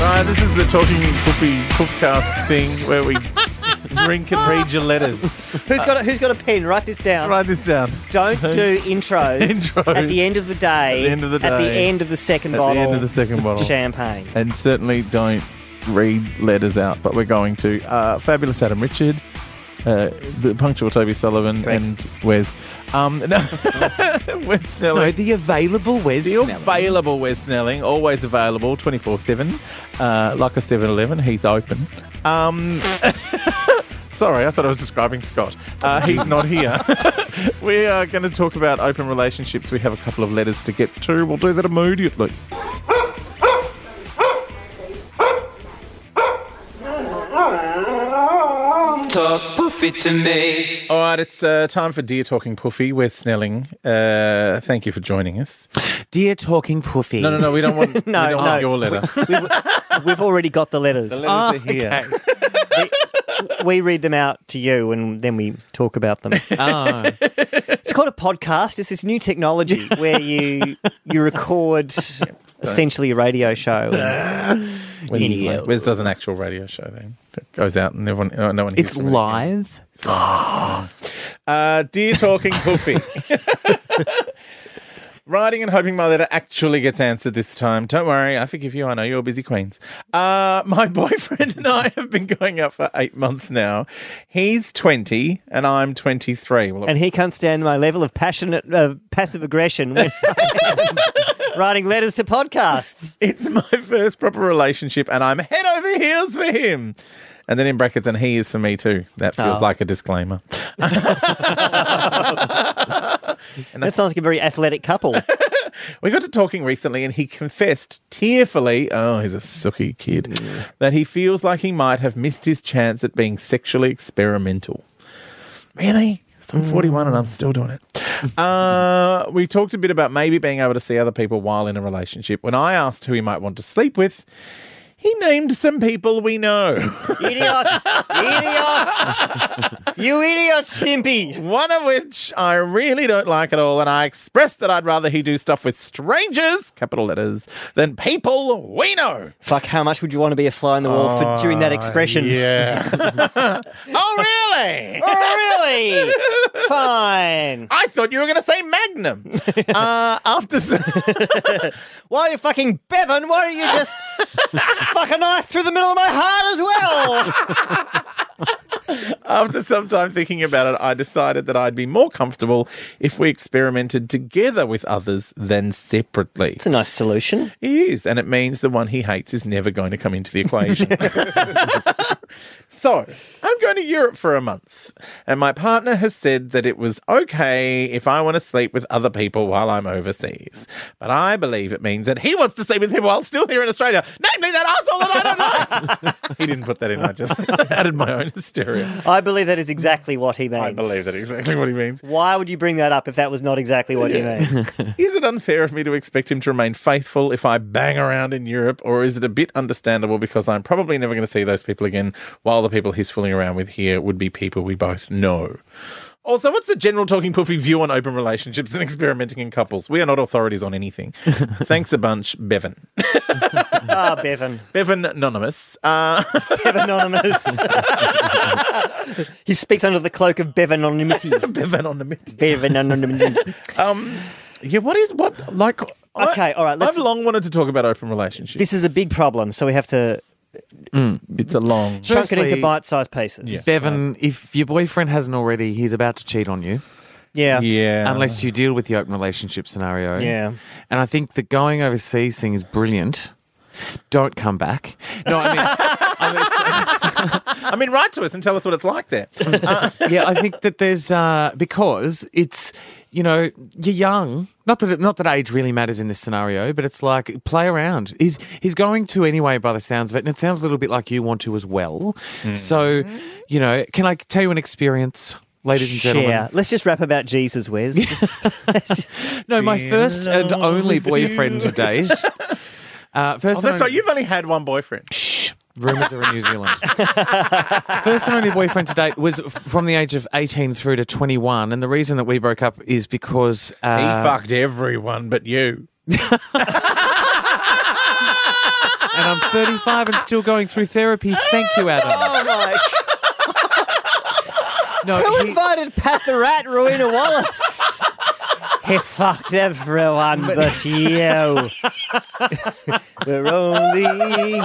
No, this is the talking poopy poopcast thing where we drink and read your letters. Who's got a, who's got a pen? Write this down. Write this down. Don't do intros, Intros. at the end of the day. At the end of the At the day. end of the second At the bottle. end of the second bottle. Champagne. and certainly don't read letters out, but we're going to. Uh, fabulous Adam Richard, uh, the punctual Toby Sullivan, Correct. and Wes. Um, no, Wes Snelling. No, the available Wes the Snelling. available Wes Snelling, always available 24 7. Uh, like a 7 Eleven, he's open. Um, sorry, I thought I was describing Scott. Uh, he's not here. we are going to talk about open relationships. We have a couple of letters to get to. We'll do that immediately. Talk poofy to me. All right, it's uh, time for Dear Talking Puffy. Wes Snelling. Uh, thank you for joining us. Dear Talking Puffy. No, no, no, we don't want, we don't no. want your letter. We've, we've already got the Letters letters. are here. we read them out to you, and then we talk about them. Oh. It's called a podcast. It's this new technology where you you record essentially a radio show. When- Wes does an actual radio show then. It goes out and everyone, uh, no one hears It's from it. live. Uh, dear Talking Puffy. Writing and hoping my letter actually gets answered this time. Don't worry, I forgive you. I know you're busy, Queens. Uh, my boyfriend and I have been going out for eight months now. He's 20 and I'm 23. Well, And he can't stand my level of passionate uh, passive aggression when I'm writing letters to podcasts. It's my first proper relationship, and I'm head over heels for him. And then in brackets, and he is for me too. That feels Oh. like a disclaimer. That sounds like a very athletic couple. We got to talking recently, and he confessed tearfully oh, he's a sooky kid that he feels like he might have missed his chance at being sexually experimental. Really? So I'm 41 and I'm still doing it. Uh, we talked a bit about maybe being able to see other people while in a relationship. When I asked who he might want to sleep with, he named some people we know. idiots! Idiots! you idiot, Stimpy! One of which I really don't like at all, and I expressed that I'd rather he do stuff with strangers, capital letters, than people we know. Uh, Fuck, how much would you want to be a fly on the wall for doing that expression? Ah, Yeah. oh, really? Oh, really? Fine. I thought you were going to say Magnum. uh, after. s- Why are you fucking Bevan? Why don't you just fuck a knife through the middle of my heart as well? After some time thinking about it, I decided that I'd be more comfortable if we experimented together with others than separately. It's a nice solution. He is, and it means the one he hates is never going to come into the equation. so, I'm going to Europe for a month, and my partner has said that it was okay if I want to sleep with other people while I'm overseas. But I believe it means that he wants to sleep with people while still here in Australia, namely that asshole that I don't like. he didn't put that in, I just added my own hysteria. I believe that is exactly what he means. I believe that exactly what he means. Why would you bring that up if that was not exactly what you mean? Is it unfair of me to expect him to remain faithful if I bang around in Europe, or is it a bit understandable because I'm probably never going to see those people again, while the people he's fooling around with here would be people we both know? Also, what's the general talking poofy view on open relationships and experimenting in couples? We are not authorities on anything. Thanks a bunch, Bevan. Ah, Bevan. Bevan Anonymous. Uh, Bevan Anonymous. he speaks under the cloak of Bevan Anonymity. Bevan Anonymous. Bevan Anonymity. Um, yeah, what is what? Like, I- Okay, all right, let's- I've long wanted to talk about open relationships. This is a big problem, so we have to it's a long. chunk it Firstly- into bite sized pieces. Bevan, if your boyfriend hasn't already, he's about to cheat on you. Yeah. Yeah. Unless you deal with the open relationship scenario. Yeah. And I think the going overseas thing is brilliant. Don't come back. No, I mean, I mean, write to us and tell us what it's like there. yeah, I think that there's uh, because it's you know you're young. Not that it, not that age really matters in this scenario, but it's like play around. He's he's going to anyway by the sounds of it, and it sounds a little bit like you want to as well. Hmm. So, you know, can I tell you an experience, ladies and gentlemen? Share. Let's just rap about Jesus, Wes. Just- No, my first and alone only with you. boyfriend to date. Uh, first Oh, and that's only- right. You've only had one boyfriend. Shh. Rumors are in New Zealand. First and only boyfriend to date was f- from the age of 18 through to 21. And the reason that we broke up is because. Uh, He fucked everyone but you. And I'm 35 and still going through therapy. Thank you, Adam. Oh my! No, Who he- invited Pat the Rat, Rowena Wallace? he fucked everyone but you. We're only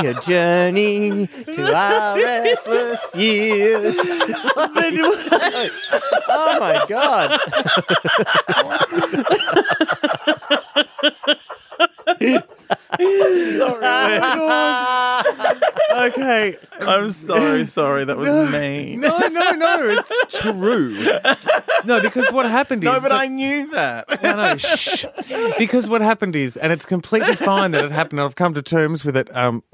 a journey to our restless years. oh my god! okay. I'm so sorry. That was me. no, no, no. It's true. No, because what happened is No, but I knew that. no, no, shh. Because what happened is, and it's completely fine that it happened, and I've come to terms with it um,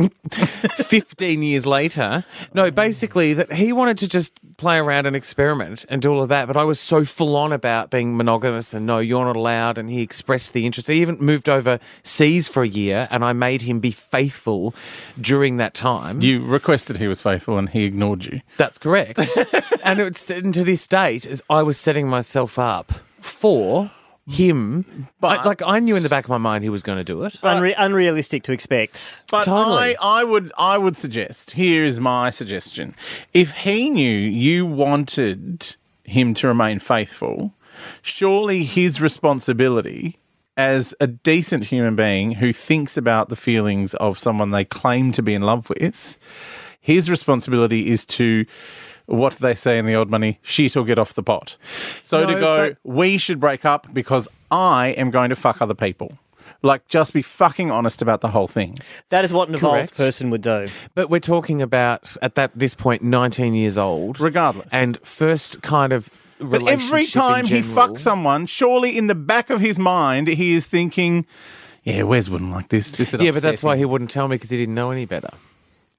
15 years later. No, basically, that he wanted to just play around and experiment and do all of that, but I was so full on about being monogamous and no, you're not allowed. And he expressed the interest. He even moved overseas for a year, and I made him be faithful during that time. You requested he was faithful and he ignored you. That's correct. and it's and to this date, is I was setting myself up for him. But But- like I knew in the back of my mind he was going to do it. Unre- unrealistic to expect. But Totally. I, I would I would suggest, here is my suggestion. If he knew you wanted him to remain faithful, surely his responsibility as a decent human being who thinks about the feelings of someone they claim to be in love with, his responsibility is to what do they say in the old money? Shit or get off the pot. So to No, go, but- we should break up because I am going to fuck other people. Like, just be fucking honest about the whole thing. That is what an evolved Correct. person would do. But we're talking about at that this point 19 years old, Regardless. and first kind of. But every relationship in time he general. fucks someone, surely in the back of his mind, he is thinking, yeah, Wes wouldn't like this. This would yeah, but upset that's why him." he wouldn't tell me because he didn't know any better.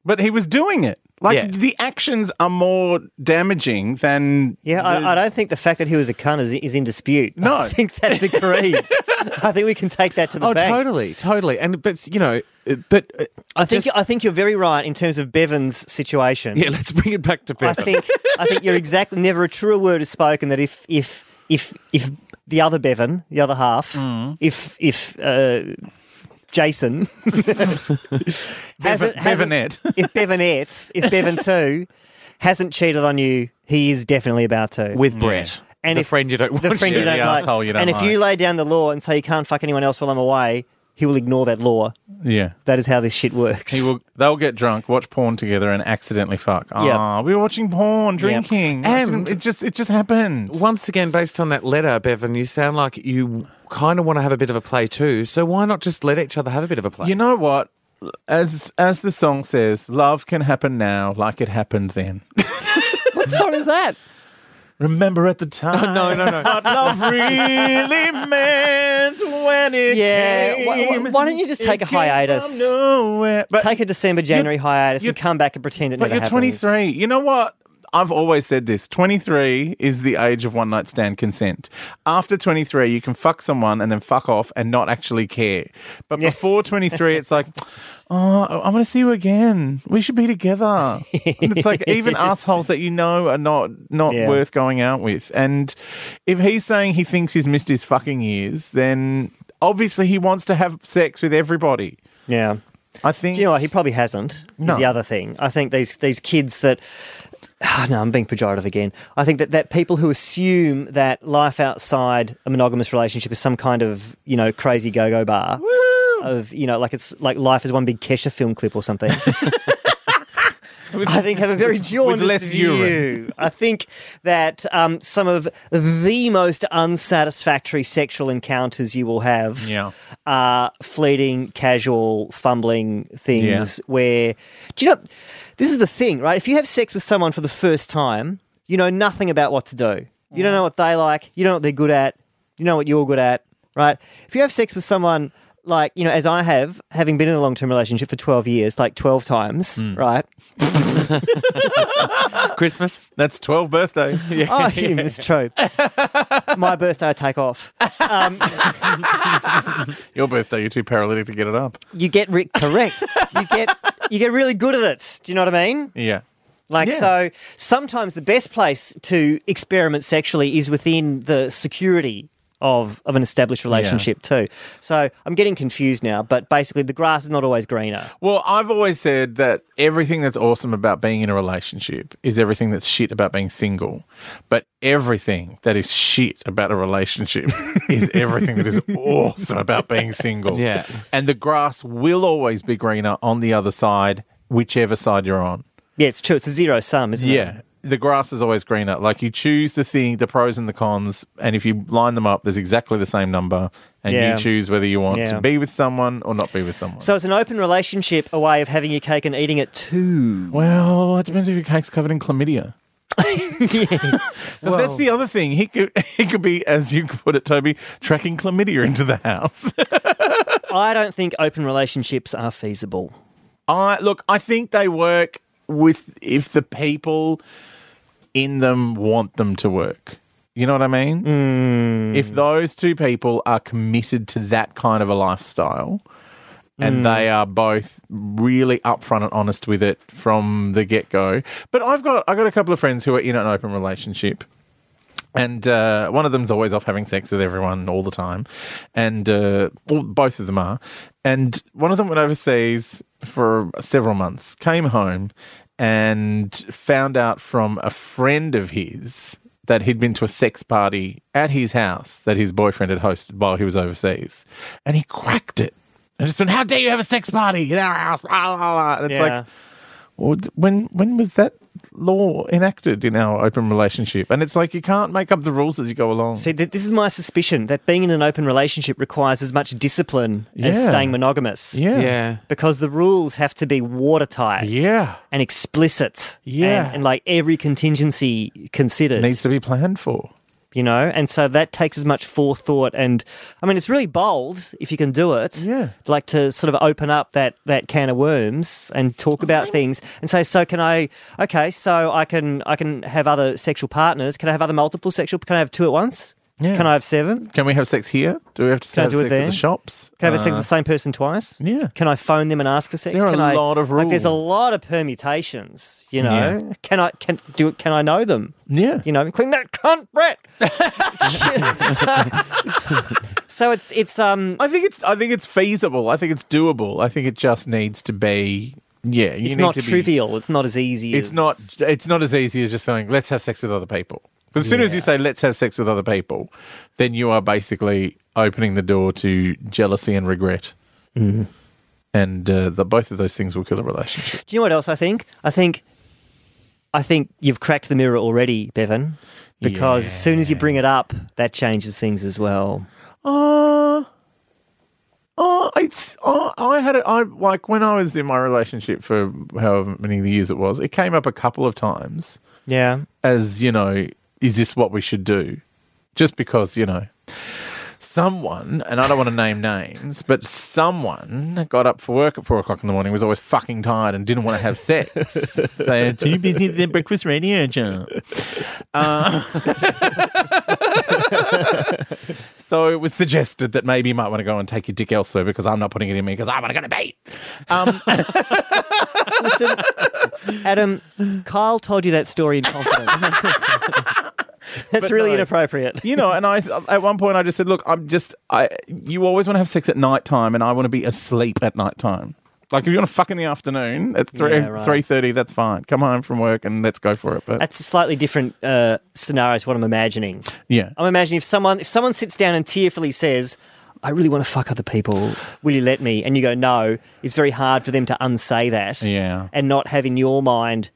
But he was doing it. Like, Yeah. the actions are more damaging than. Yeah, the- I, I don't think the fact that he was a cunt is, is in dispute. No. I think that's agreed. I think we can take that to the Oh, bank. totally, totally. And but you know, uh, but uh, I think just- I think you're very right in terms of Bevan's situation. yeah, let's bring it back to I Bevan. think I think you're exactly never a truer word is spoken that if if if if the other Bevan, the other half, Mm. if if uh, Jason hasn't, Bevanette. if Bevanette, if Bevan too hasn't cheated on you, he is definitely about to. with Brett, And the if- friend you don't want. the friend you Yeah, don't the like, arsehole you don't and if you like. lay down the law and say you can't fuck anyone else while I'm away, he will ignore that law. Yeah. That is how this shit works. He will, they'll get drunk, watch porn together, and accidentally fuck. Ah, we were watching porn, drinking, And- and it just it just happened. Once again, based on that letter, Bevan, you sound like you kind of want to have a bit of a play too. So why not just let each other have a bit of a play? You know what? As as the song says, love can happen now, like it happened then. What song is that? Remember at the time. no, no, no. What love really meant when it Yeah, came. wh- wh- why don't you just take It a hiatus? came from nowhere. But, Take a December January hiatus you're- and come back and pretend it but never you're happened. 23. You know what? I've always said this 23 is the age of one night stand consent. After 23, you can fuck someone and then fuck off and not actually care. But before 23, it's like, oh, I want to see you again. We should be together. and it's like even assholes that you know are not, not Yeah. worth going out with. And if he's saying he thinks he's missed his fucking years, then obviously he wants to have sex with everybody. Yeah. I think. Do you know what? He probably hasn't. No. Is the other thing. I think these these kids that. Ah, no, I'm being pejorative again. I think that, that people who assume that life outside a monogamous relationship is some kind of you know crazy go go bar of you know like it's like life is one big Kesha film clip or something. I think have a very jaundiced less view. urine. I think that um, some of the most unsatisfactory sexual encounters you will have Yeah. are fleeting, casual, fumbling things Yeah. where do you know this is the thing, right? If you have sex with someone for the first time, you know nothing about what to do. You don't know what they like, you don't know what they're good at, you know what you're good at, right? If you have sex with someone like, you know, as I have, having been in a long term relationship for twelve years, like twelve times, right? Christmas. That's 12 birthdays. yeah. Oh, yeah, it's true. My birthday, I take off. Your birthday, you're too paralytic to get it up. You get re- correct. You get you get really good at it. Do you know what I mean? Yeah. Like Yeah. so, sometimes the best place to experiment sexually is within the security of, of an established relationship too. So I'm getting confused now, but basically the grass is not always greener. Well, I've always said that everything that's awesome about being in a relationship is everything that's shit about being single. But everything that is shit about a relationship is everything that is awesome about being single. Yeah. And the grass will always be greener on the other side, whichever side you're on. Yeah, it's true. It's a zero sum, isn't it? Yeah. The grass is always greener. Like you choose the thing, the pros and the cons, and if you line them up, there's exactly the same number, and Yeah. you choose whether you want Yeah. to be with someone or not be with someone. So it's an open relationship, a way of having your cake and eating it too. Well, it depends if your cake's covered in chlamydia. Because that's the other thing. He could he could be, as you put it, Toby, tracking chlamydia into the house. I don't think open relationships are feasible. I look, I think they work with if the people in them want them to work. You know what I mean? If those two people are committed to that kind of a lifestyle and they are both really upfront and honest with it from the get go. But I've got I've got a couple of friends who are in an open relationship. And uh, one of them's always off having sex with everyone all the time, and uh, all, both of them are. And one of them went overseas for several months, came home, and found out from a friend of his that he'd been to a sex party at his house that his boyfriend had hosted while he was overseas, and he cracked it. And just went, "How dare you have a sex party in our house?" Blah, blah, blah. And it's Yeah. like, well, th- when when was that law enacted in our open relationship? And it's like you can't make up the rules as you go along. See, th- this is my suspicion that being in an open relationship requires as much discipline as Yeah. staying monogamous. yeah, Yeah. Because the rules have to be watertight yeah, and explicit. Yeah. And, and like every contingency considered, needs to be planned for. you know? And so that takes as much forethought. And I mean, it's really bold if you can do it. Yeah. Like to sort of open up that, that can of worms and talk about things and say, so can I, okay, so I can, I can have other sexual partners. Can I have other multiple sexual, can I have two at once? Yeah. Can I have seven? Can we have sex here? Do we have to Can I have do it sex at there? the shops? Can I have Uh, sex with the same person twice? yeah. Can I phone them and ask for sex? There are can a I- lot of Like, there's a rules. lot of permutations. You know. Can I can do? it? Can I know them? Yeah. You know, including that cunt Brett. so, so it's it's um. I think it's I think it's feasible. I think it's doable. I think it just needs to be. Yeah, you It's need not to be- trivial. it's not as easy. It's as, not. It's not as easy as just saying let's have sex with other people. 'Cause as soon as you say let's have sex with other people, then you are basically opening the door to jealousy and regret. Mm-hmm. And uh, the, both of those things will kill a relationship. Do you know what else I think? I think, I think you've cracked the mirror already, Bevan. Because as soon as you bring it up, that changes things as well. Uh, uh, it's uh, I had it. I like when I was in my relationship for however many years it was. It came up a couple of times Yeah. as you know, is this what we should do? Just because you know, someone, and I don't want to name names, but someone got up for work at four o'clock in the morning, was always fucking tired, and didn't want to have sex. They're too busy with their breakfast radio job. Uh, so it was suggested that maybe you might want to go and take your dick elsewhere because I'm not putting it in me because I want to go to bed. Um, Listen, Adam, Kyle told you that story in confidence. That's really no. inappropriate. you know, and I at one point I just said, look, I'm just I. You always want to have sex at night time, and I want to be asleep at night time. Like if you want to fuck in the afternoon at three Yeah, right. three thirty, that's fine. Come home from work and let's go for it. But That's a slightly different uh, scenario to what I'm imagining. yeah, I'm imagining if someone if someone sits down and tearfully says, "I really want to fuck other people. Will you let me?" and you go, "No," it's very hard for them to unsay that. Yeah. and not have in your mind,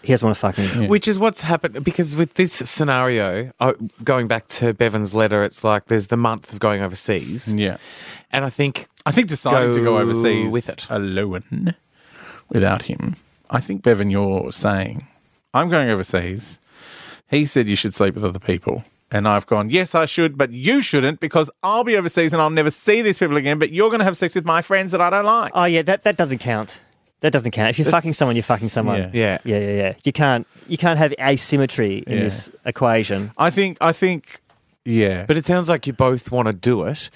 he doesn't want to fuck me. Which is what's happened because with this scenario, uh, going back to Bevan's letter, it's like there's the month of going overseas, yeah. and I think I think deciding to go Go overseas with it. alone without him. I think Bevan, you're saying I'm going overseas. He said you should sleep with other people. And I've gone, yes, I should, but you shouldn't because I'll be overseas and I'll never see these people again. But you're going to have sex with my friends that I don't like. Oh yeah, that, that doesn't count. That doesn't count. If you're fucking someone, you're fucking someone. Yeah. yeah, yeah, yeah. You can't you can't have asymmetry in Yeah. this equation. I think. I think. Yeah, But it sounds like you both want to do it.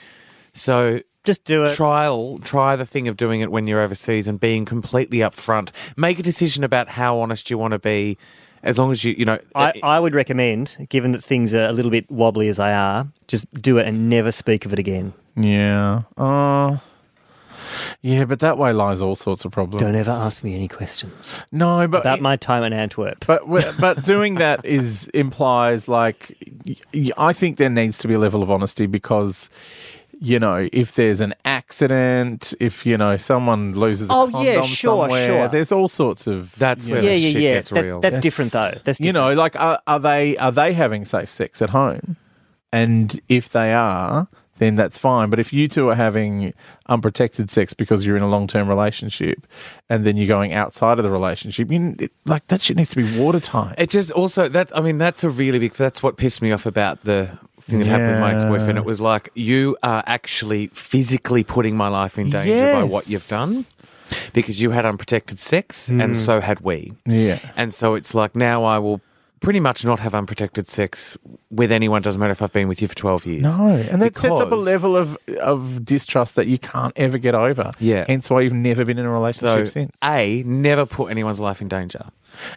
So Just do it. trial try the thing of doing it when you're overseas and being completely upfront. Make a decision about how honest you want to be As long as you, you know, eh, I, I would recommend, given that things are a little bit wobbly as they are, just do it and never speak of it again. Yeah. Uh, yeah, but that way lies all sorts of problems. Don't ever ask me any questions No, but about my time in Antwerp. But w- but doing that is implies like y- y- I think there needs to be a level of honesty because you know if there's an accident, if you know someone loses a Oh, condom yeah, sure, somewhere, sure. there's all sorts of That's you where know, yeah, the yeah, shit yeah. gets That- real. That's different though. That's different. you know like are, are they are they having safe sex at home? And if they are, then that's fine. But if you two are having unprotected sex because you're in a long term relationship, and then you're going outside of the relationship, you, it, like that shit needs to be watertight. It just also that I mean that's a really big that's what pissed me off about the thing that happened with my ex boyfriend. Yeah. It was like you are actually physically putting my life in danger by what Yes. you've done. Because you had unprotected sex Mm. and so had we. Yeah. And so it's like now I will pretty much not have unprotected sex with anyone, doesn't matter if I've been with you for twelve years. No, and that sets up a Because- level of of distrust that you can't ever get over. Yeah. hence why you've never been in a So relationship since. A, never put anyone's life in danger.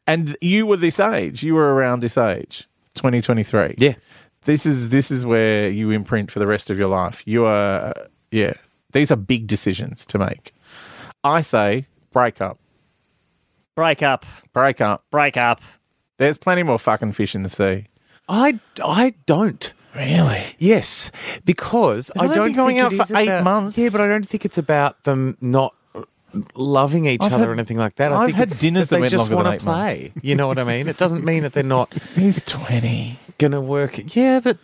And you were this age. You were around this age, twenty twenty three. Yeah. this is this is where you imprint for the rest of your life. You are, yeah. These are big decisions to make. I say break up, break up, break up. break up. There's plenty more fucking fish in the sea. I I don't. Really? Yes, because I they've don't been going think out it for is eight about- months. Yeah, but I don't think it's about them not loving each I've other had- or anything like that. I I've think had it's dinners that they went just longer than wanna eight play. You know what I mean? It doesn't mean that they're not He's twenty. gonna work. Yeah, but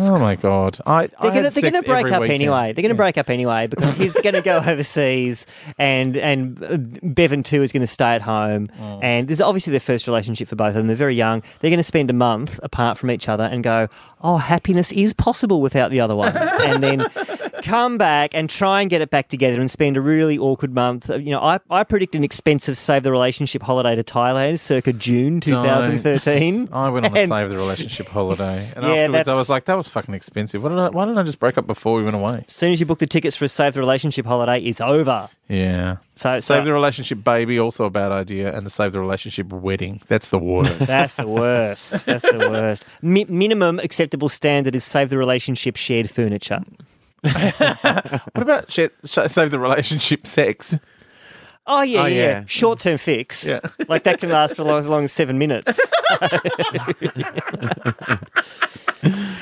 Oh my god! I They're gonna, they're gonna break up anyway. They're gonna break up anyway because he's gonna go overseas, and and uh, Bevan too is gonna stay at home. Oh. And this is obviously their first relationship for both of them. They're very young. They're gonna spend a month apart from each other and go, "Oh, happiness is possible without the other one." and then come back and try and get it back together and spend a really awkward month. Uh, You know, I, I predict an expensive save the relationship holiday to Thailand circa June 2013. I went on a And- save the relationship holiday, and Yeah, afterwards I that's- was like, "That was fucking expensive. Why did I? Why didn't I just break up before we went away?" As soon as you book the tickets for a save the relationship holiday, it's over. Yeah. So, so Save the relationship baby, also a bad idea, and the save the relationship wedding. That's the worst. that's the worst. That's the worst. Mi- minimum acceptable standard is save the relationship shared furniture. what about shit, sh- save the relationship sex? Oh yeah, Oh, yeah. yeah. Short term fix. like that can last for long, as long as seven minutes.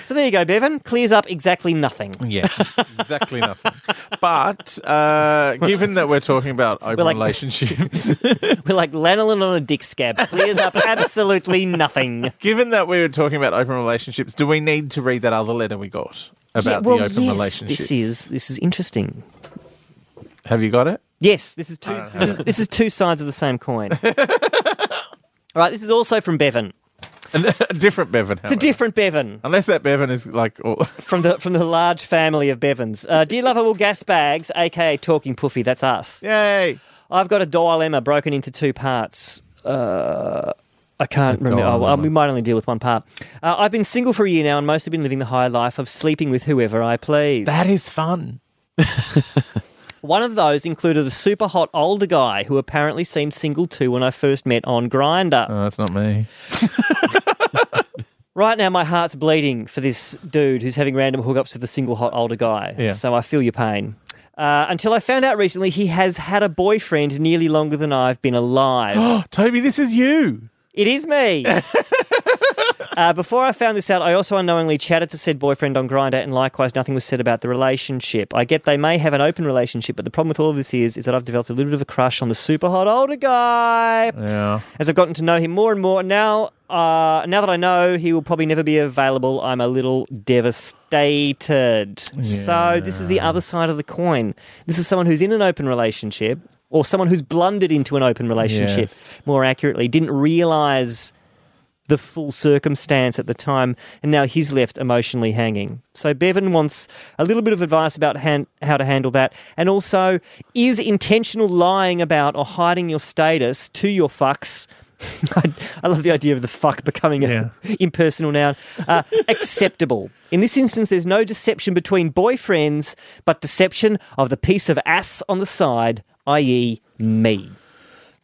so there you go, Bevan. Clears up exactly nothing. Yeah, exactly nothing. But uh, given that we're talking about open like- relationships, We're like lanolin on a dick scab. Clears up absolutely nothing. given that we were talking about open relationships, do we need to read that other letter we got about Yeah, well, the open yes, relationship? This is this is interesting. Have you got it? Yes, this is two. This is, this is two sides of the same coin. All right, this is also from Bevan. A different Bevan. It's a different Bevan Unless that Bevan is like, all- from the from the large family of Bevans. Uh, Dear lovable gas bags, aka talking puffy, that's us. yay! I've got a dilemma broken into two parts. Uh, I can't A remember. Oh, well, dilemma. we might only deal with one part. Uh, I've been single for a year now and mostly been living the high life of sleeping with whoever I please. That is fun. One of those included a super hot older guy who apparently seemed single too when I first met on Grinder. Oh, that's not me. Right now, my heart's bleeding for this dude who's having random hookups with a single hot older guy. Yeah. So I feel your pain. Uh, until I found out recently he has had a boyfriend nearly longer than I've been alive. Oh, Toby, this is you. it is me. uh, before I found this out, I also unknowingly chatted to said boyfriend on Grinder, and likewise, nothing was said about the relationship. I get they may have an open relationship, but the problem with all of this is, is that I've developed a little bit of a crush on the super hot older guy Yeah. as I've gotten to know him more and more, now uh, now that I know he will probably never be available, I'm a little devastated. So this is the other side of the coin. This is someone who's in an open relationship, or someone who's blundered into an open relationship. Yes. More accurately, didn't realise the full circumstance at the time, and now he's left emotionally hanging. So Bevan wants a little bit of advice about han- how to handle that, and also is intentional lying about or hiding your status to your fucks. I, I love the idea of the fuck becoming an impersonal noun. Uh, acceptable. In this instance, there's no deception between boyfriends, but deception of the piece of ass on the side, i.e., me.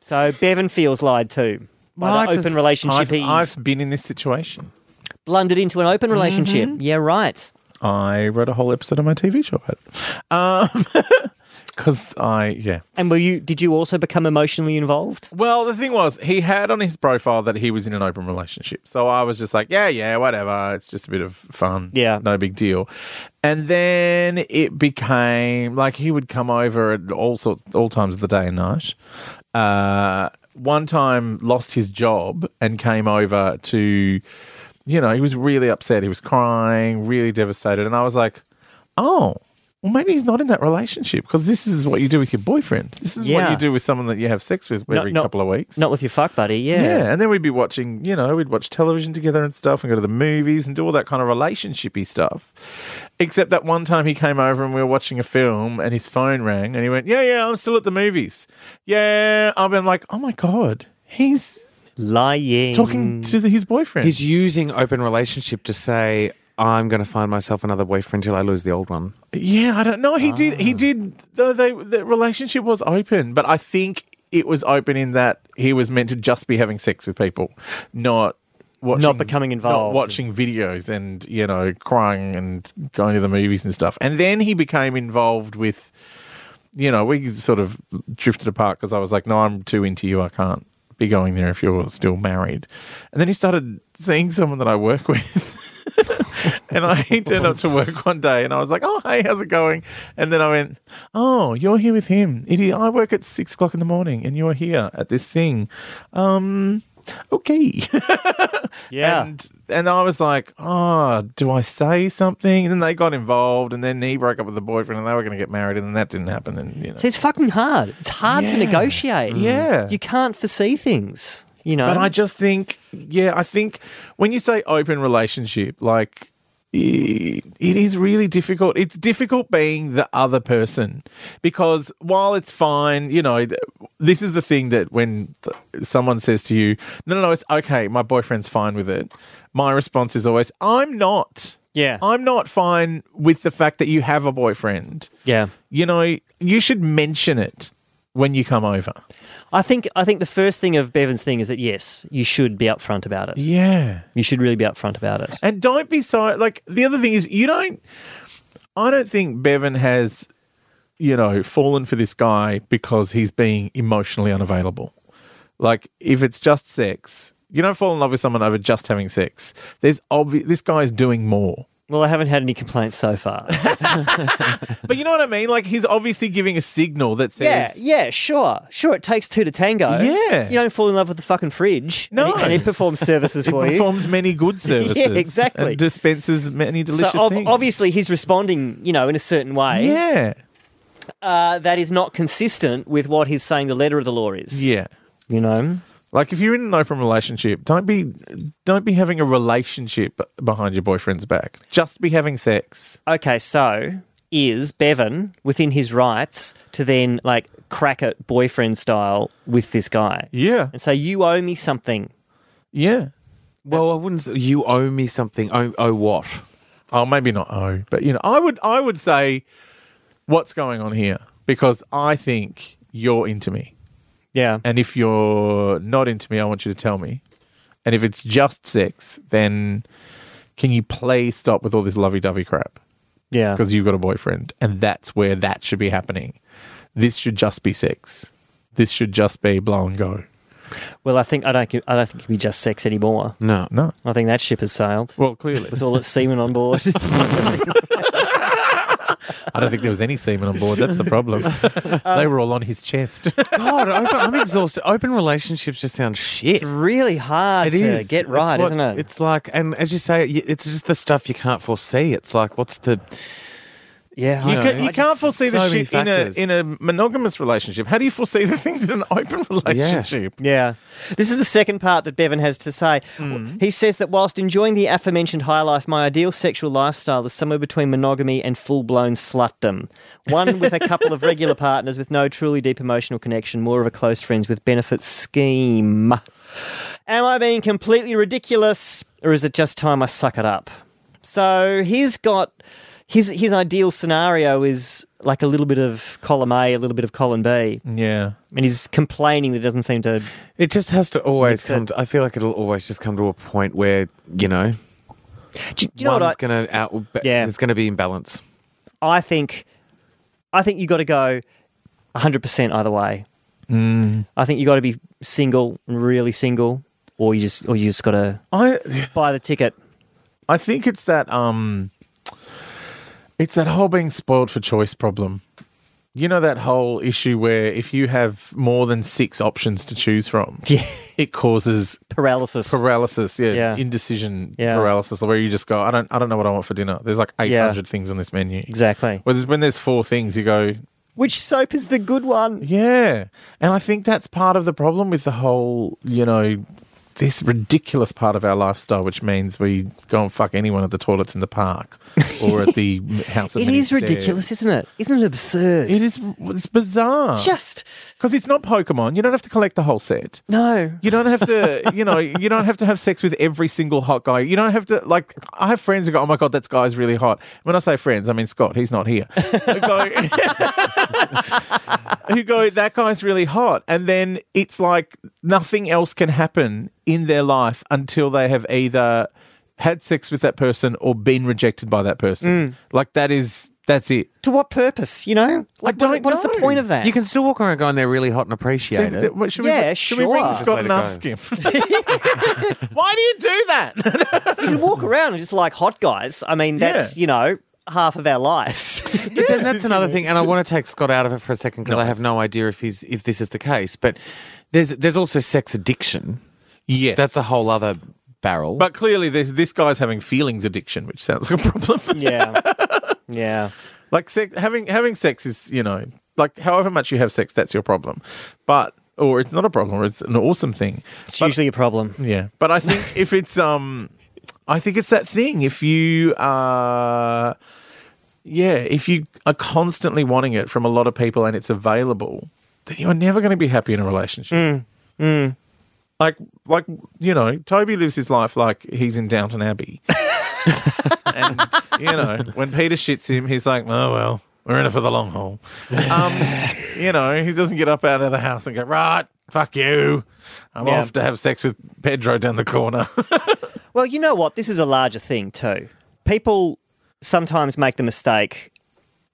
So Bevan feels lied to. by Well, I the just- open relationship I've, he's I've been in this situation. blundered into an open relationship. Mm-hmm. Yeah, right. I wrote a whole episode of my TV show about it. Because I, yeah. And were you? Did you also become emotionally involved? Well, the thing was, he had on his profile that he was in an open relationship. So I was just like, yeah, yeah, whatever. It's just a bit of fun. Yeah. No big deal. And then it became like he would come over at all sorts, all times of the day and night. Uh, one time lost his job and came over to, you know, he was really upset. He was crying, really devastated. And I was like, oh. Well, maybe he's not in that relationship because this is what you do with your boyfriend. This is what Yeah. you do with someone that you have sex with Not- every not- couple of weeks. Not with your fuck buddy. Yeah. yeah, and then we'd be watching, you know, we'd watch television together and stuff and go to the movies and do all that kind of relationshipy stuff. Except that one time he came over and we were watching a film and his phone rang and he went, Yeah, yeah, I'm still at the movies. Yeah. I've been like, Oh my God, he's Lying. talking to the, his boyfriend. He's using open relationship to say, I'm going to find myself another boyfriend till I lose the old one. Yeah, I don't know. He did. Ah. He did. Though they the relationship was open, but I think it was open in that he was meant to just be having sex with people, not. Watching, Not becoming involved. not watching videos and you know crying and going to the movies and stuff, and then he became involved with, you know, we sort of drifted apart because I was like, no, I'm too into you, I can't be going there if you're still married, and then he started seeing someone that I work with, and I he turned up to work one day and I was like, oh, hey, how's it going? And then I went, oh, you're here with him. It is, I work at six o'clock in the morning and you're here at this thing. Um, okay. Yeah. And, and I was like, oh, do I say something? And then they got involved and then he broke up with the boyfriend and they were going to get married and then that didn't happen. And, you know. So it's fucking hard. It's hard to Yeah. Mm. negotiate. Yeah. You can't foresee things. You know. But I just think, yeah, I think when you say open relationship, like i- it is really difficult. It's difficult being the other person because while it's fine, you know, th- this is the thing that when th- someone says to you, no, no, no, it's okay, my boyfriend's fine with it, my response is always, I'm not. Yeah. I'm not fine with the fact that you have a boyfriend. yeah. You know, you should mention it when you come over. I think I think the first thing of Bevan's thing is that yes, you should be upfront about it. Yeah. You should really be upfront about it. And don't be so like the other thing is you don't I don't think Bevan has you know fallen for this guy because he's being emotionally unavailable. Like if it's just sex, you don't fall in love with someone over just having sex. There's obvious this guy's doing more. Well, I haven't had any complaints so far. But you know what I mean? Like he's obviously giving a signal that yeah, says yeah, sure. Sure, it takes two to tango. Yeah. You don't fall in love with the fucking fridge. and No. he- And he, performs services for you. performs many good services. exactly. And dispenses many So delicious ob- things. obviously he's responding, you know, in a certain way. Yeah. Uh, that is not consistent with what he's saying the letter of the law is. Yeah. You know? Like if you're in an open relationship, don't be don't be having a relationship behind your boyfriend's back. Just be having sex. Okay, so is Bevan within his rights to then like crack it boyfriend style with this guy? Yeah. And say, you owe me something. Yeah. Well, I wouldn't. Say, you owe me something. Oh, oh what? Oh, maybe not oh, but you know, I would I would say what's going on here because I think you're into me. Yeah. And if you're not into me, I want you to tell me. And if it's just sex, then can you please stop with all this lovey-dovey crap? yeah. because you've got a boyfriend, and that's where that should be happening. This should just be sex. This should just be blow and go. Well, I think I don't. I don't think it'd be just sex anymore. No. No. I think that ship has sailed Well, clearly, with all its semen on board. I don't think there was any semen on board. That's the problem. they were all on his chest. God, open, I'm exhausted. Open relationships just sound shit. it's really hard It to is. get It's right, what- isn't it? It's like, and as you say, y- it's just the stuff you can't foresee. It's like, what's the? yeah. You, I- know, can, you I can't just- foresee the so many shit in a, factors. in a monogamous relationship. How do you foresee the things in an open relationship? Yeah. This is the second part that Bevan has to say. He says that whilst enjoying the aforementioned high life, my ideal sexual lifestyle is somewhere between monogamy and full blown slutdom. One with a couple of regular partners with no truly deep emotional connection, more of a close friends with benefits scheme. Am I being completely ridiculous or is it just time I suck it up? So he's got. his his ideal scenario is like a little bit of column A, a little bit of column B, Yeah. and he's complaining that it doesn't seem to. It just has to always It's come. a- To, I feel like it'll always just come to a point where you know, Do, do you know one's what I, gonna out. Yeah. it's gonna be imbalance. I think? I think you got to go 100 percent either way. Mm. I think you got to be single, really single, or you just or you just got to I buy the ticket. I think it's that um it's that whole being spoiled for choice problem. You know that whole issue where if you have more than six options to choose from, Yeah. it causes Paralysis. paralysis, yeah, Yeah. indecision Yeah. paralysis, where you just go, I don't, I don't know what I want for dinner. There's like 800 things on this menu. exactly. Whereas when there's four things, you go, Which soap is the good one? yeah. And I think that's part of the problem with the whole, you know, this ridiculous part of our lifestyle, which means we go and fuck anyone at the toilets in the park or at the m- house. of It many is stairs. ridiculous, isn't it? Isn't it absurd? It is. It's bizarre. Just because it's not Pokemon. You don't have to collect the whole set. no. You don't have to, you know, you don't have to have sex with every single hot guy. You don't have to, like, I have friends who go, oh my God, that guy's really hot. When I say friends, I mean Scott, he's not here. Who go, who go, that guy's really hot. And then it's like nothing else can happen in their life until they have either had sex with that person or been rejected by that Mm. person. Like, that is, that's it. To what purpose? You know, like what- don't what is know. the point of that? You can still walk around going, they're really hot and So, appreciate it. th- what- should Yeah, we, should we ring sure. Scott Just and ask him? let Why do you do that? you can walk around and just like hot guys. I mean, that's Yeah. you know half of our lives. But then that's another thing, and I want to take Scott out of it for a second because I have no idea if he's if this is the case. But there's there's also sex addiction. Yes. That's a whole other barrel. But clearly, this, this guy's having feelings addiction, which sounds like a problem. yeah, yeah. like sex, having having sex is, you know, like however much you have sex, that's your problem. But or it's not a problem, or it's an awesome thing. It's usually a problem. Yeah, but I think if it's um, I think it's that thing. If you are, yeah, if you are constantly wanting it from a lot of people and it's available, then you are never going to be happy in a relationship. Like, like you know, Toby lives his life like he's in Downton Abbey, and you know, when Peter shits him, he's like, oh well. We're in it for the long haul. Um, you know, he doesn't get up out of the house and go, right, fuck you. I'm Yeah. off to have sex with Pedro down the corner. Well, you know what? This is a larger thing too. People sometimes make the mistake.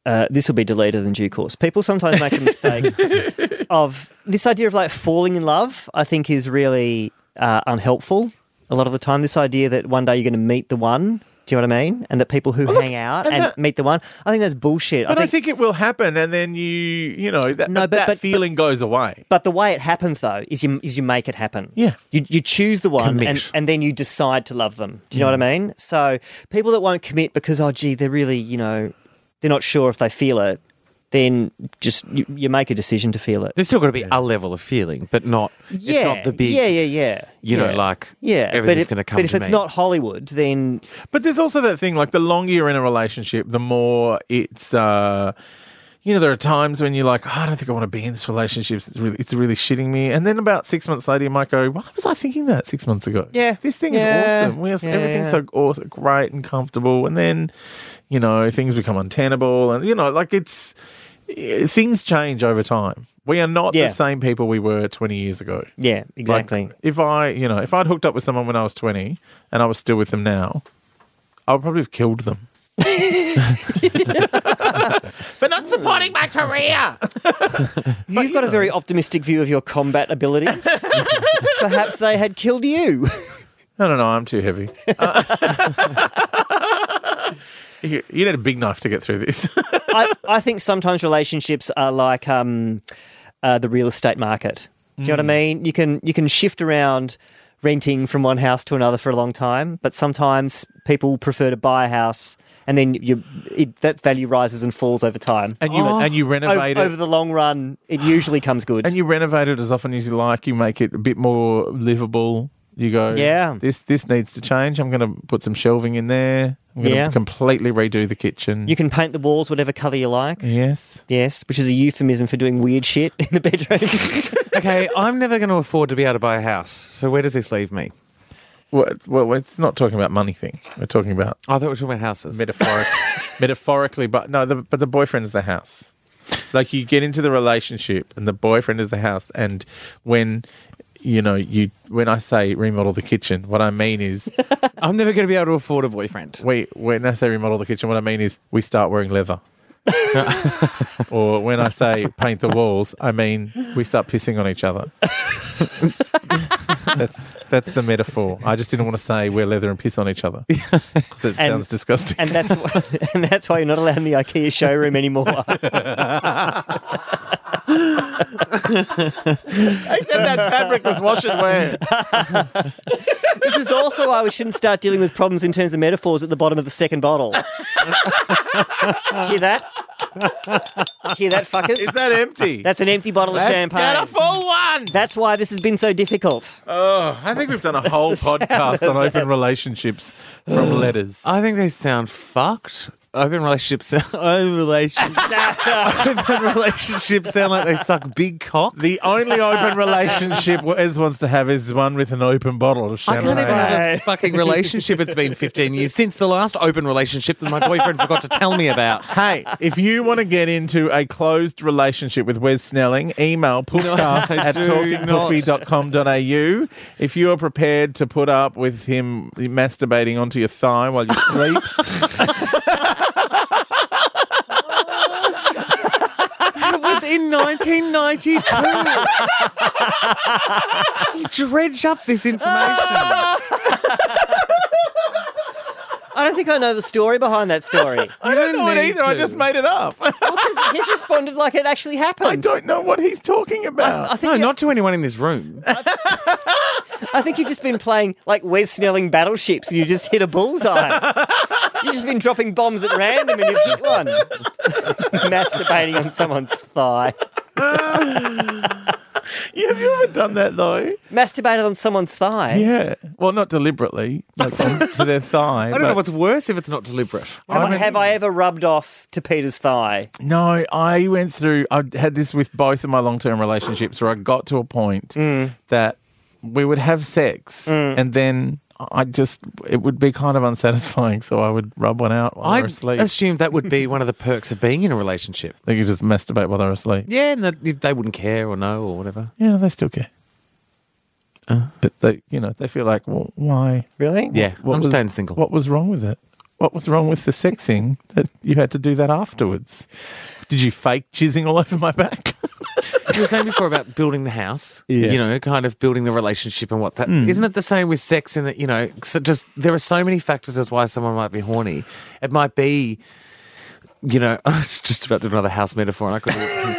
Uh, this will be deleted in due course. People sometimes make the mistake of this idea of like falling in love. I think is really uh, unhelpful a lot of the time. This idea that one day you're going to meet the one. Do you know what I mean? And that people who hang out and and, that- meet the one. I think that's bullshit. but I think it will happen, and then you, you know, that, No, but- that but- but- feeling goes away. But the way it happens though is you is you make it happen. Yeah. You you choose the one Commit. Mm. and, and then you decide to love them. Do you know what I mean? So people that won't commit because oh gee, they're really, you know, they're not sure if they feel it, then just you, you make a decision to feel it. there's still got to be a level of feeling, but not it's not the big Yeah, yeah, yeah. you yeah. know, like yeah, everything's but gonna if- come But if to it's me. not Hollywood, then But there's also that thing like the longer you're in a relationship, the more it's. uh you know, there are times when you're like, "Oh, I don't think I want to be in this relationship. It's really, it's really shitting me. And then about six months later, you might go, why was I thinking that six months ago? Yeah. This thing is Yeah. awesome. We are, Yeah, everything's yeah. so awesome, great and comfortable. And then, you know, things become untenable. And, you know, like it's, eh, things change over time. We are not Yeah. the same people we were 20 years ago. yeah, Like, exactly. if I, you know, if I'd hooked up with someone when I was 20 and I was still with them now, I would probably have killed them. For not supporting my career. You've got a very optimistic view of your combat abilities. Perhaps they had killed you. No, no, no, I'm too heavy. Uh, you you need a big knife to get through this. I, I think sometimes relationships are like um, uh, the real estate market. Do you know what I Mm. mean? You can you can shift around renting from one house to another for a long time, but sometimes people prefer to buy a house and then you it, that value rises and falls over time. and you and you O- renovate Over, it. the long run, it usually comes good. Oh. and you renovate it as often as you like. You make it a bit more livable. You go, Yeah. This this needs to change. I'm going to put some shelving in there. I'm going to Yeah. completely redo the kitchen. you can paint the walls whatever color you like. Mm. yes. Yes, which is a euphemism for doing weird shit in the bedroom. okay, I'm never going to afford to be able to buy a house. So where does this leave me? Well, well, it's not talking about money thing. We're talking about I thought we were talking about houses. metaphoric, metaphorically, but no, the, but the boyfriend's the house. Like you get into the relationship, and the boyfriend is the house. And when you know you, when I say remodel the kitchen, what I mean is I'm never going to be able to afford a boyfriend. we. When I say remodel the kitchen, what I mean is we start wearing leather. or when I say paint the walls, I mean we start pissing on each other. that's that's the metaphor. I just didn't want to say wear leather and piss on each other because it And- sounds disgusting. And that's why, and that's why you're not allowed in the IKEA showroom anymore. I said that fabric was wash and wear. this is also why we shouldn't start dealing with problems in terms of metaphors at the bottom of the second bottle. Hear that? Hear that, fuckers? Is that empty? That's an empty bottle of champagne. Get a full one. That's why this has been so difficult. Oh, I think we've done a whole podcast on open relationships from letters. I think they sound fucked. Open relationships sound open relationships. open relationships sound like they suck big cock. The only open relationship Ez wants to have is one with an open bottle of I can't champagne. even have a Right. fucking relationship. It's been 15 years since the last open relationship that my boyfriend forgot to tell me about. Hey, if you want to get into a closed relationship with Wes Snelling, email podcast at do talkingpuffy.com.au. If you are prepared to put up with him masturbating onto your thigh while you sleep, It was in 1992. you dredge up this information. I don't think I know the story behind that story. I don't know it need either. I to. just made it up. Because he's responded like it actually happened. I don't know what he's talking about. I think No, you- not to anyone in this room. I think you've just been playing like Wes Snelling battleships and you just hit a bullseye. you've just been dropping bombs at random and you've hit one. Masturbating on someone's thigh. Yeah, have you ever done that though? Masturbated on someone's thigh. Yeah. Well, not deliberately, like on, to their thigh. I don't know what's worse if it's not deliberate. Have, I, have I ever rubbed off to Peter's thigh? No, I went through. I had this with both of my long-term relationships, where I got to a point Mm. that we would have sex, and then I just it would be kind of unsatisfying, so I would rub one out while they I were asleep. assumed that would be one of the perks of being in a relationship. They could just masturbate while they were asleep. Yeah, and that they wouldn't care or know or whatever. Yeah, they still care. Uh. But they, you know, they feel like, well, why? Really? Yeah, I'm was, staying single. What was wrong with it? What was wrong with the sexing that you had to do that afterwards? Did you fake jizzing all over my back? you were saying before about building the house, Yeah. you know, kind of building the relationship and what that Hmm. not it the same with sex in that, you know, so just there are so many factors as why someone might be horny. It might be, you know, I was just about to do another house metaphor and I couldn't.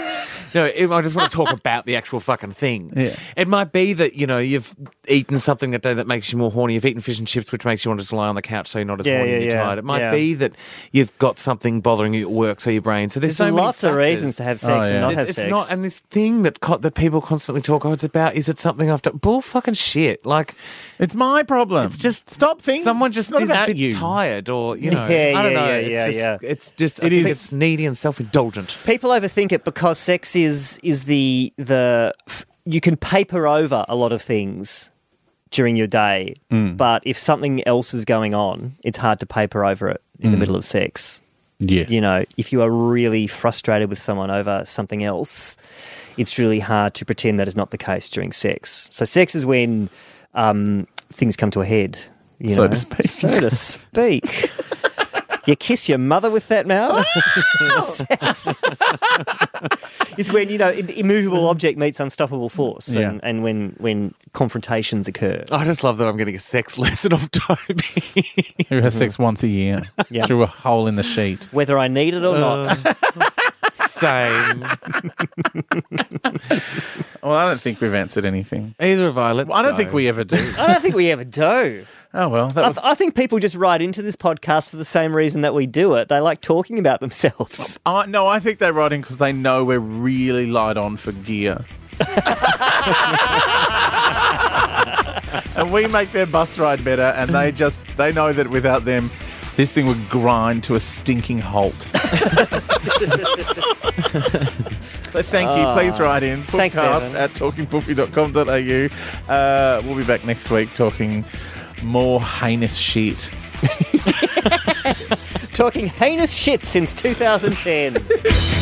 No, if- I just want to talk about the actual fucking thing. Yeah. It might be that, you know, you've eaten something that day that makes you more horny. You've eaten fish and chips, which makes you want to just lie on the couch so you're not as Yeah, horny yeah, and you're yeah. tired. It might Yeah. be that you've got something bothering you at work, so your brain. So there's, There's so many lots of reasons factors. to have sex Oh, yeah. and not It's- have It's sex. not, and this thing that co- that people constantly talk. Oh, it's about. Is it something I've done? Bull fucking shit. Like It's my problem. it's just stop thinking. Someone just it's not is about a bit you. tired, or you know, Yeah, I don't yeah, know. yeah, it's yeah, just, yeah. It's just. I It think is. It's needy and self indulgent. People overthink it because sex is is the the f- you can paper over a lot of things during your day, Mm. but if something else is going on, it's hard to paper over it in the Mm. middle of sex. Yeah. You know, if you are really frustrated with someone over something else, it's really hard to pretend that is not the case during sex. So sex is when um, things come to a head. You So know? to speak. So to speak. You kiss your mother with that mouth. Sex. it's when you know im- immovable object meets unstoppable force, Yeah. Oh. and, and when when confrontations occur. I just love that I'm getting a sex lesson off Toby. Who has sex once a year Yeah. through a hole in the sheet. Whether I need it or Uh. not, Same. Well, I don't think we've answered anything. Either of I. Let's I don't go. think we ever do. I don't think we ever do. oh, well, that I, was. th- I think people just write into this podcast for the same reason that we do it. They like talking about themselves. I no, I think they write in because they know we're really light on for gear. and we make their bus ride better, and they just, they know that without them, this thing would grind to a stinking halt. so thank you. Please write in. Thanks, Podcast Bevan. at talkingpoofy.com.au. Uh, we'll be back next week talking more heinous shit. Talking heinous shit since 2010.